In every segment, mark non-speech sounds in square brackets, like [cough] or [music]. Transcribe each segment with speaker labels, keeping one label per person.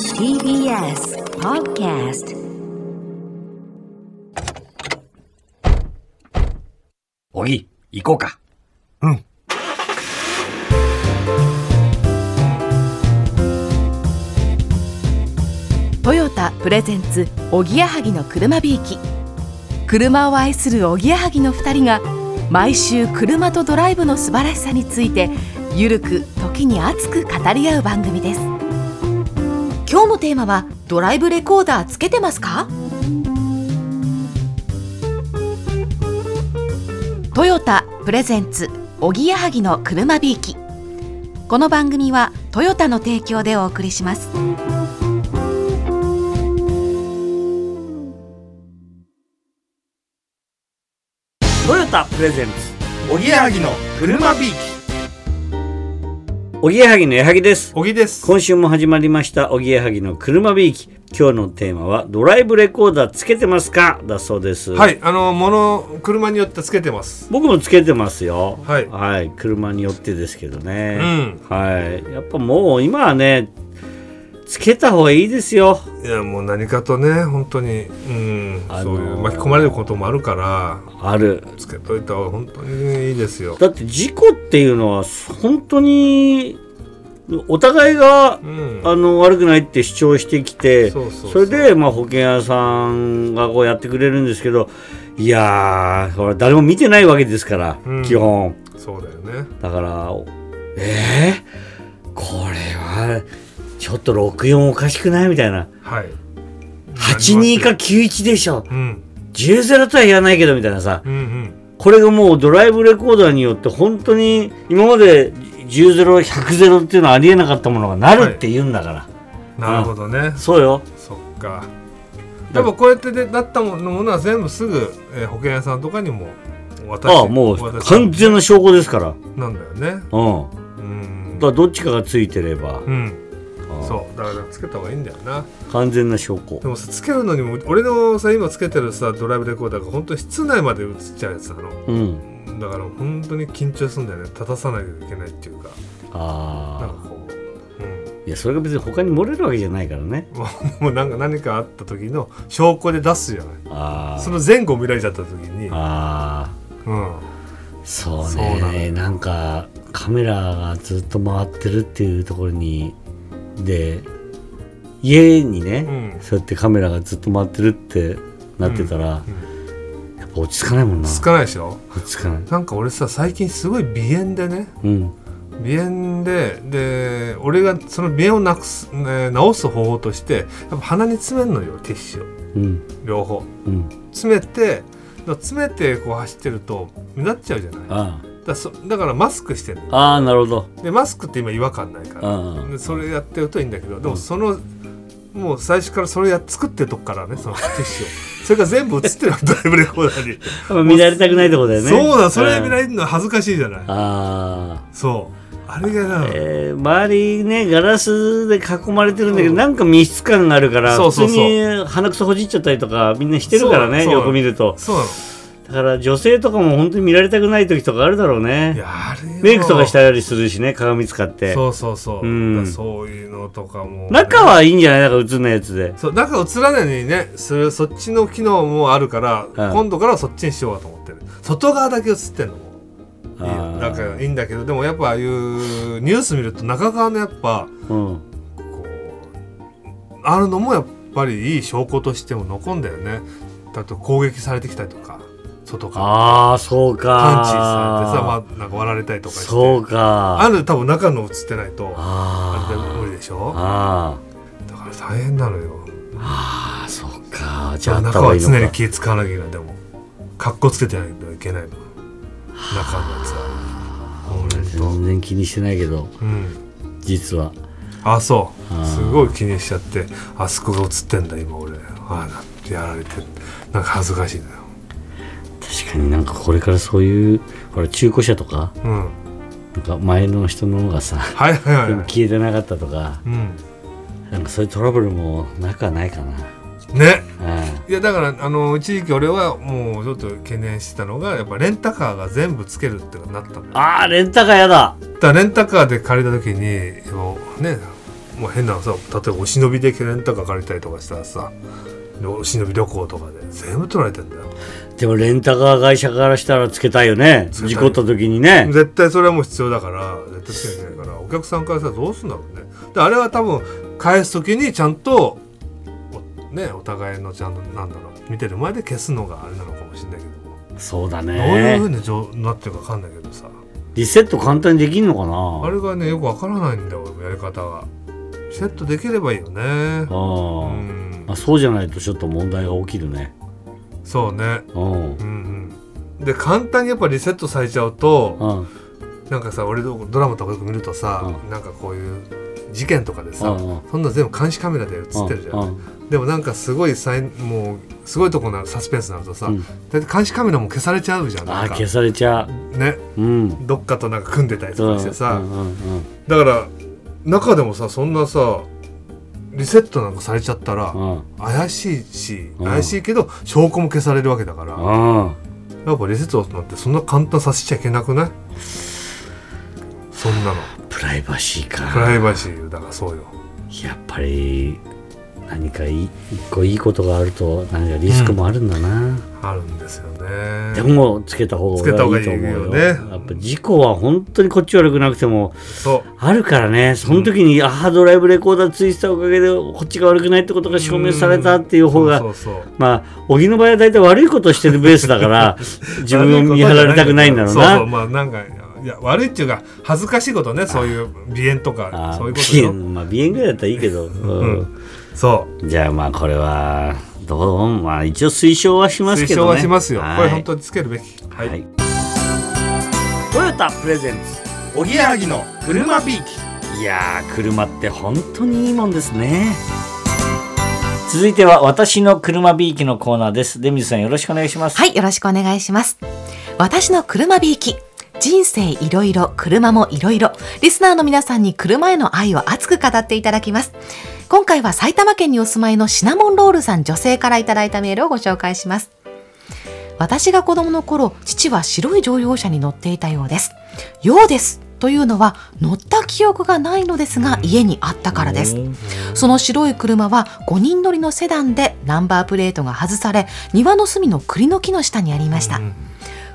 Speaker 1: TBS Podcast
Speaker 2: おぎ、行こうか。
Speaker 3: トヨタプレゼンツおぎやはぎの車びいき車を愛するおぎやはぎの2人が毎週車とドライブの素晴らしさについてゆるく時に熱く語り合う番組です今日のテーマはドライブレコーダーつけてますかトヨタプレゼンツおぎやはぎの車びいきこの番組はトヨタの提供でお送りします
Speaker 2: トヨタプレゼンツ。
Speaker 4: おぎやはぎの車ビー
Speaker 2: おぎやはぎの矢作です。
Speaker 4: おぎです
Speaker 2: 今週も始まりました、おぎやはぎの車びいき。今日のテーマは、ドライブレコーダーつけてますかだそうです。
Speaker 4: はいあの物車によってつけてます
Speaker 2: 僕もつけてますよ。
Speaker 4: はい
Speaker 2: 車によってですけどね。
Speaker 4: うん
Speaker 2: はい。やっぱもう今はね、つけた方がいいですよ。
Speaker 4: いやもう何かとね本当にうん、
Speaker 2: あのー
Speaker 4: そういう巻き込まれることもあるから
Speaker 2: ある。
Speaker 4: つけといた方が本当にねいいですよ
Speaker 2: だって事故っていうのは、本当に、お互いが
Speaker 4: うん
Speaker 2: あの悪くないって主張してきて
Speaker 4: そうそうそう
Speaker 2: れで、まあ、保険屋さんがこうやってくれるんですけどいやーほら誰も見てないわけですから、
Speaker 4: うん
Speaker 2: 基本
Speaker 4: そうだよね
Speaker 2: だからえー、これはちょっと64おかしくないみたいな
Speaker 4: はい
Speaker 2: 82か91でしょ
Speaker 4: うん
Speaker 2: 10とは言わないけどみたいなさ
Speaker 4: うんうん
Speaker 2: これがもうドライブレコーダーによって本当に今まで100100っていうのはありえなかったものがなるって言うんだから、
Speaker 4: なるほどね
Speaker 2: そうよ
Speaker 4: そっかでもこうやってでなったものものは全部すぐ、えー保険屋さんとかにも渡して
Speaker 2: ああも
Speaker 4: 渡
Speaker 2: う
Speaker 4: して
Speaker 2: 完全な証拠ですから。うん。
Speaker 4: なんだよね
Speaker 2: だ
Speaker 4: うん
Speaker 2: からどっちかがついてれば、
Speaker 4: うん
Speaker 2: ああ
Speaker 4: そうだからつけた方がいいんだよな
Speaker 2: 完全な証拠
Speaker 4: で。もさつけるのにも俺のさ今つけてるさドライブレコーダーが本当に室内まで映っちゃうやつなの
Speaker 2: うん。
Speaker 4: だから本当に緊張するんだよね立たさないといけないっていうかなん
Speaker 2: あ
Speaker 4: かこ
Speaker 2: あ。
Speaker 4: う、
Speaker 2: いや、それが別に他に漏れるわけじゃないからね。
Speaker 4: うん、も [laughs] うもうなんか何かあった時の証拠で出すじゃない
Speaker 2: あ
Speaker 4: そ
Speaker 2: あ。
Speaker 4: の前後見られちゃった時に、うん、
Speaker 2: ああ。そうね
Speaker 4: そうなのよ
Speaker 2: なんか、カメラがずっと回ってるっていうところに、で、家にね、
Speaker 4: うん
Speaker 2: そうやってカメラがずっと回ってるってなってたら、
Speaker 4: うん
Speaker 2: やっぱ落ち着かないもんな。
Speaker 4: つかないでしょ
Speaker 2: 落ち着かない。
Speaker 4: なんか俺さ最近すごい鼻炎でね
Speaker 2: うん。
Speaker 4: 鼻炎でで俺がその鼻炎をなくす、ね、治す方法としてやっぱ鼻に詰めるのよティッシュを
Speaker 2: うん。
Speaker 4: 両方
Speaker 2: うん。
Speaker 4: 詰めてだから詰めてこう走ってると目立っちゃうじゃないだか
Speaker 2: あ
Speaker 4: らそだからマスクしてる
Speaker 2: あ。ああ、なるほど。
Speaker 4: でマスクって今違和感ないか
Speaker 2: あ
Speaker 4: らでそれやってるといいんだけどでもその、もう最初からそれや作ってるとこからねそのティッシュをそれが全部映ってるのドライブレコーダーに、
Speaker 2: やっぱ見られたくないとこだよね。
Speaker 4: そうだそれ見ら
Speaker 2: れ
Speaker 4: れるの恥ずかしいじゃない
Speaker 2: ああ。
Speaker 4: そうあれがな、
Speaker 2: えー、周りね、ガラスで囲まれてるんだけど、
Speaker 4: うん
Speaker 2: なんか密室感があるから、
Speaker 4: そうそうそう
Speaker 2: 普通に鼻くそほじっちゃったりとか、みんなしてるからね、
Speaker 4: そうそう
Speaker 2: よく見ると。
Speaker 4: そうなの
Speaker 2: だから女性とかも本当に見られたくない時とかあるだろう
Speaker 4: い
Speaker 2: ね。
Speaker 4: やあれよ
Speaker 2: メイクとかしたりするしね、鏡使って。
Speaker 4: そうそうそう、
Speaker 2: うん
Speaker 4: だからそういうのとかも
Speaker 2: 中はいいんじゃないなんか映んないやつで。
Speaker 4: そう中映らないのにねそそっちの機能もあるから、
Speaker 2: ん
Speaker 4: 今度からはそっちにしようかと思ってる外側だけ映ってんのもいい
Speaker 2: あ
Speaker 4: よ
Speaker 2: ー
Speaker 4: だからいいんだけどでもやっぱああいうニュース見ると中側のやっぱ
Speaker 2: うん。
Speaker 4: こうあるのもやっぱりいい証拠としても残んだよねだと攻撃されてきたりとか外から
Speaker 2: ああ、そう
Speaker 4: パ
Speaker 2: か
Speaker 4: ン。チされてさ、まあ、なんか割られたりとかして
Speaker 2: そうか。
Speaker 4: ある多分中の映ってないとあれで
Speaker 2: あ
Speaker 4: 無理でし
Speaker 2: あ。
Speaker 4: ょ
Speaker 2: あ
Speaker 4: だから大変なのよ
Speaker 2: あ。ああ、そうか。じ
Speaker 4: じ
Speaker 2: ゃ
Speaker 4: ゃ
Speaker 2: あ、
Speaker 4: あ
Speaker 2: あった
Speaker 4: 中
Speaker 2: 方が
Speaker 4: はい
Speaker 2: いのか
Speaker 4: 常に気使わなきゃいけないでも格好つけてないといけないの中のやつは
Speaker 2: 全然気にしてないけど
Speaker 4: うん
Speaker 2: 実は
Speaker 4: あそ
Speaker 2: あー
Speaker 4: うすごい気にしちゃってあそこが映ってんだ今俺ああなってやられてなんか恥ずかしいのよ
Speaker 2: 確かになんかこれからそういうほら中古車とか
Speaker 4: うん
Speaker 2: なんか前の人のがさ
Speaker 4: はいはいはい
Speaker 2: 消えてなかったとか
Speaker 4: うん
Speaker 2: なんかそういうトラブルもなくはないかな
Speaker 4: ね
Speaker 2: あ
Speaker 4: いやだからあの一時期俺はもうちょっと懸念してたのがやっぱレンタカーが全部つけるってなったのよ
Speaker 2: あーレンタカーやだ
Speaker 4: だからレンタカーで借りた時にもうねもう変なのさ例えばお忍びでレンタカー借りたりとかしたらさでお忍び旅行とかで全部取られてんだよ
Speaker 2: でもレンタカー会社からしたらつけたいよね
Speaker 4: つけたい
Speaker 2: 事故った時にね
Speaker 4: 絶対それはもう必要だから絶対必要ないからお客さんからさどうすんだろうねであれは多分返す時にちゃんとおねお互いのちゃんとなんだろう見てる前で消すのがあれなのかもしれないけど、
Speaker 2: そうだ
Speaker 4: どういう
Speaker 2: ね
Speaker 4: ふうにじょなってるか分かんないけどさ
Speaker 2: リセット簡単にできんのか
Speaker 4: あ
Speaker 2: な
Speaker 4: れがねよく分からないんだよ俺もやり方がリセットできればいいよね
Speaker 2: あ
Speaker 4: う
Speaker 2: ー、
Speaker 4: ん
Speaker 2: あそうじゃないとちょっと問題が起きるね
Speaker 4: そうね
Speaker 2: うん
Speaker 4: うんうんで簡単にやっぱリセットされちゃうと
Speaker 2: うん
Speaker 4: なんかさ俺のドラマとかよく見るとさ、
Speaker 2: う
Speaker 4: なんかこういう事件とかでさ、
Speaker 2: うんうん
Speaker 4: そんな全部監視カメラで映ってるじゃん、
Speaker 2: うんうん
Speaker 4: でもなんかすごいサインもうすごいとこなサスペンスになるとさ、
Speaker 2: うん
Speaker 4: だいたい監視カメラも消されちゃうじゃん
Speaker 2: あ
Speaker 4: な
Speaker 2: あ
Speaker 4: んか
Speaker 2: 消されちゃ
Speaker 4: ね
Speaker 2: ううん
Speaker 4: どっかとなんか組んでたりとかしてさ、
Speaker 2: うんうんうん
Speaker 4: だから中でもさそんなさリセットなんかされちゃったら、
Speaker 2: うん
Speaker 4: 怪しいし
Speaker 2: うん
Speaker 4: 怪しいけど証拠も消されるわけだから、
Speaker 2: うん
Speaker 4: やっぱリセットなんてそんな簡単させちゃいけなくないそんなの
Speaker 2: プライバシー
Speaker 4: プ
Speaker 2: か
Speaker 4: ライバシーだからそうよ
Speaker 2: やっぱり何かいい一個いいことがあると何かリスクもあるんだな、
Speaker 4: あるんですよね
Speaker 2: でもつけた方
Speaker 4: つけた方
Speaker 2: が
Speaker 4: が
Speaker 2: い
Speaker 4: い
Speaker 2: い
Speaker 4: い
Speaker 2: と
Speaker 4: よ
Speaker 2: 思うよ
Speaker 4: ね
Speaker 2: やっぱ事故は本当にこっち悪くなくても
Speaker 4: そ
Speaker 2: あるからねその時に、ああドライブレコーダーついてたおかげでこっちが悪くないってことが
Speaker 4: う
Speaker 2: 証明されたっていう方が
Speaker 4: そうそうそう
Speaker 2: まあ小木の場合は大体悪いことしてるベースだから自分を見張られたくないんだろう
Speaker 4: そう
Speaker 2: な
Speaker 4: そうまあなんかいや悪いっていうか恥ずかしいことねそういう鼻炎とか
Speaker 2: あ
Speaker 4: そういうこと
Speaker 2: 鼻
Speaker 4: よ
Speaker 2: 炎まあ鼻炎ぐらいだったらいいけど、うん
Speaker 4: そ
Speaker 2: じゃあまあこれはどうまあ一応推奨はし
Speaker 4: う
Speaker 2: ます
Speaker 4: 推
Speaker 2: け
Speaker 4: 奨
Speaker 2: どね
Speaker 4: はしますよ、
Speaker 2: はい
Speaker 4: これ本当につけるべきは、
Speaker 2: はいい、トヨタプレゼンツおぎやはぎの車ビーキいやー車って本当にいいもんですね続いては私の車ビーキのコーナーですデミズさんよろしくお願いします
Speaker 3: はい、よろしくお願いします。私の車びいき。人生いろいろ、車もいろいろ。リスナーの皆さんに車への愛を熱く語っていただきます。今回は埼玉県にお住まいのシナモンロールさん女性からいただいたメールをご紹介します。私が子供の頃、父は白い乗用車に乗っていたようです。ようですというのは乗った記憶がないのですが家にあったからです。その白い車は5人乗りのセダンでナンバープレートが外され庭の隅の栗の木の下にありました、
Speaker 4: うん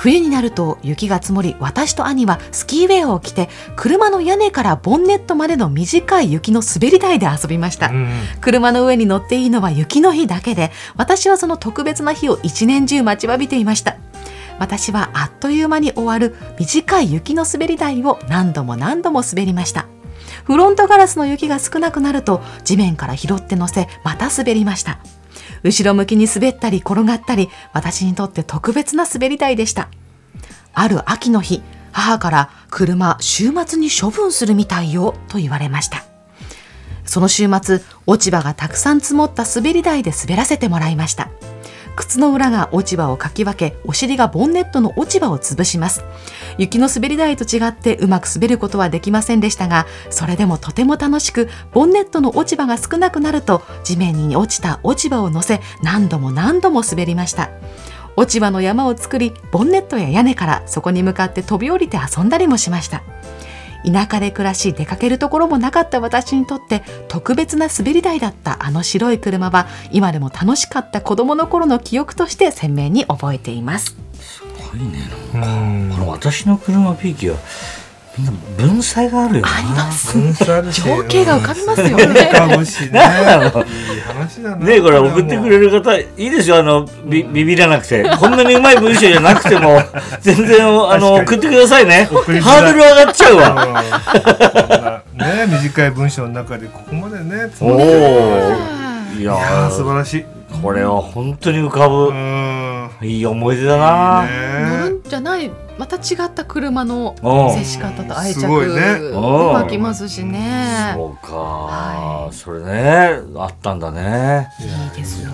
Speaker 3: 冬になると雪が積もり私と兄はスキーウェアを着て車の屋根からボンネットまでの短い雪の滑り台で遊びました、
Speaker 4: うん
Speaker 3: 車の上に乗っていいのは雪の日だけで私はその特別な日を一年中待ちわびていました私はあっという間に終わる短い雪の滑り台を何度も何度も滑りましたフロントガラスの雪が少なくなると地面から拾って乗せまた滑りました後ろ向きに滑ったり転がったり私にとって特別な滑り台でしたある秋の日母から車週末に処分するみたいよと言われましたその週末、落ち葉がたくさん積もった滑り台で滑らせてもらいました。靴の裏が落ち葉をかき分け、お尻がボンネットの落ち葉を潰します。雪の滑り台と違ってうまく滑ることはできませんでしたが、それでもとても楽しく、ボンネットの落ち葉が少なくなると、地面に落ちた落ち葉を乗せ、何度も何度も滑りました。落ち葉の山を作り、ボンネットや屋根からそこに向かって飛び降りて遊んだりもしました。田舎で暮らし出かけるところもなかった私にとって特別な滑り台だったあの白い車は今でも楽しかった子供の頃の記憶として鮮明に覚えています
Speaker 2: いね
Speaker 4: うん
Speaker 2: この私の車ビーキはみんな文才があるよな
Speaker 3: あります
Speaker 4: うん
Speaker 3: 情景が浮かびますよね
Speaker 4: うん [laughs] 浮かぶしね
Speaker 2: なんなの
Speaker 4: いい話だな
Speaker 2: ねえこれ送ってくれる方いいですよあのビビビらなくてこんなにうまい文章じゃなくて
Speaker 4: [laughs]
Speaker 2: も全然あの
Speaker 4: 確か
Speaker 2: 送っ
Speaker 4: に
Speaker 2: てくださいね
Speaker 4: 送りづらい
Speaker 2: ハードル上がっちゃう
Speaker 4: うん
Speaker 2: わ
Speaker 4: ね短い文章の中でここまでねつ
Speaker 2: お
Speaker 4: ま
Speaker 2: お
Speaker 4: りい
Speaker 2: いや
Speaker 4: やー素
Speaker 2: ー
Speaker 4: 晴らしい
Speaker 2: これは本当に浮か
Speaker 4: う
Speaker 2: ぶ
Speaker 4: ん
Speaker 2: いい思い出だな
Speaker 4: ね
Speaker 5: じゃないまた違った車の
Speaker 2: うん
Speaker 5: 接し方と愛着
Speaker 4: すごいね
Speaker 2: うん
Speaker 5: 湧きますしね。
Speaker 2: そうか、
Speaker 5: は
Speaker 2: それねあったんだね
Speaker 5: いいですね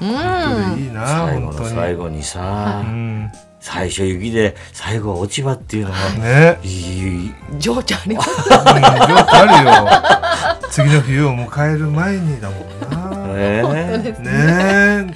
Speaker 4: いやいいな
Speaker 2: 最後
Speaker 4: 本当
Speaker 2: の
Speaker 4: に
Speaker 2: 最後に [laughs] さ
Speaker 4: うん
Speaker 2: 最初雪で最後は落ち葉っていうのが
Speaker 4: ね
Speaker 2: いい
Speaker 5: 情緒あります。
Speaker 4: うんよくあるよ次の冬を迎える前にだもんな
Speaker 2: ね
Speaker 4: ねえう
Speaker 2: で
Speaker 4: ん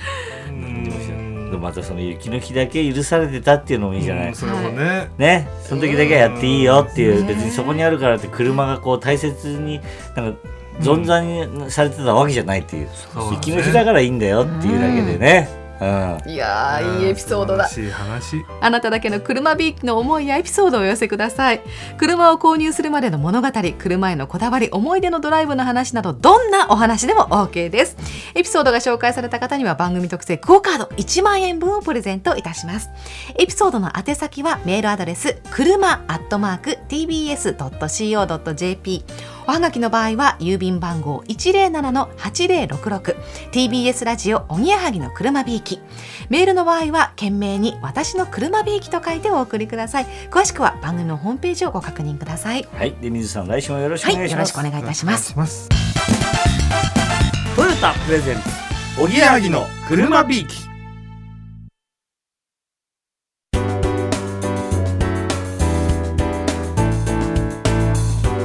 Speaker 2: もまたその雪の日だけ許されてたっていうのもいいじゃない、
Speaker 4: うんそれもね、
Speaker 2: ねその時だけはやっていいよっていう
Speaker 5: うん
Speaker 2: 別にそこにあるからって車がこう大切になんか存在にされてたわけじゃないっていう
Speaker 4: そう
Speaker 2: 雪の日だからいいんだよっていうだけでねうん
Speaker 5: いや
Speaker 4: う
Speaker 5: ー
Speaker 4: ん
Speaker 5: いいエピソードだ
Speaker 4: 素晴らしい話
Speaker 3: あなただけの車ビーキの思いやエピソードをお寄せください車を購入するまでの物語車へのこだわり思い出のドライブの話などどんなお話でも OK ですエピソードが紹介された方には番組特製クオカード1万円分をプレゼントいたしますエピソードの宛先はメールアドレス車アットマーク tbs.co.jp おはがきの場合は郵便番号 107-8066TBS ラジオおぎやはぎの車びいきメールの場合は懸命に私の車びいきと書いてお送りください詳しくは番組のホームページをご確認ください
Speaker 2: はいで水さん来週もよろしく
Speaker 3: は
Speaker 2: お願い
Speaker 3: い
Speaker 2: し
Speaker 3: よろ
Speaker 2: ま
Speaker 3: しく
Speaker 2: す、
Speaker 3: お願いいたします
Speaker 4: ます
Speaker 2: トヨタプレゼンツ
Speaker 4: おぎやはぎの車ビーキ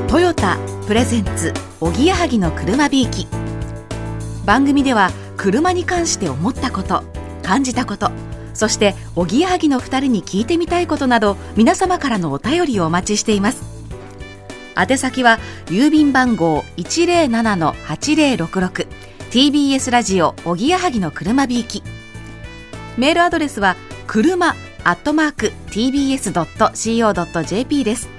Speaker 3: トヨタプレゼンツおぎやはぎの車びいき番組では車に関して思ったこと感じたことそしておぎやはぎの2人に聞いてみたいことなど皆様からのお便りをお待ちしています宛先は郵便番号 107-8066TBS ラジオおぎやはぎの車びいきメールアドレスは車アットマーク TBS.CO.jp です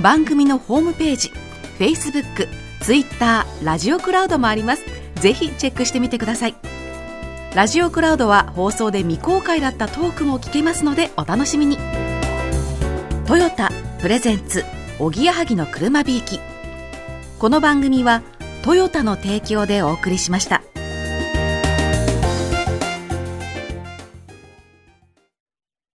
Speaker 3: 番組のホームページ Facebook、Twitter、ラジオクラウドもありますぜひチェックしてみてくださいラジオクラウドは放送で未公開だったトークも聞けますのでお楽しみにトヨタプレゼンツおぎやはぎの車びいきこの番組はトヨタの提供でお送りしました